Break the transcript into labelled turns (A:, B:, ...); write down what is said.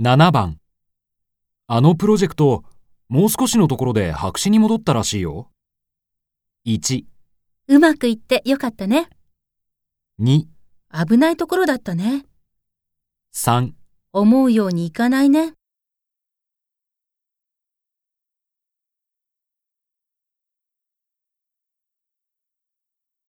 A: 7番あのプロジェクトもう少しのところで白紙に戻ったらしいよ1
B: うまくいってよかったね。
A: 2
B: 危ないところだったね。
A: 3
B: 思うようにいかないね。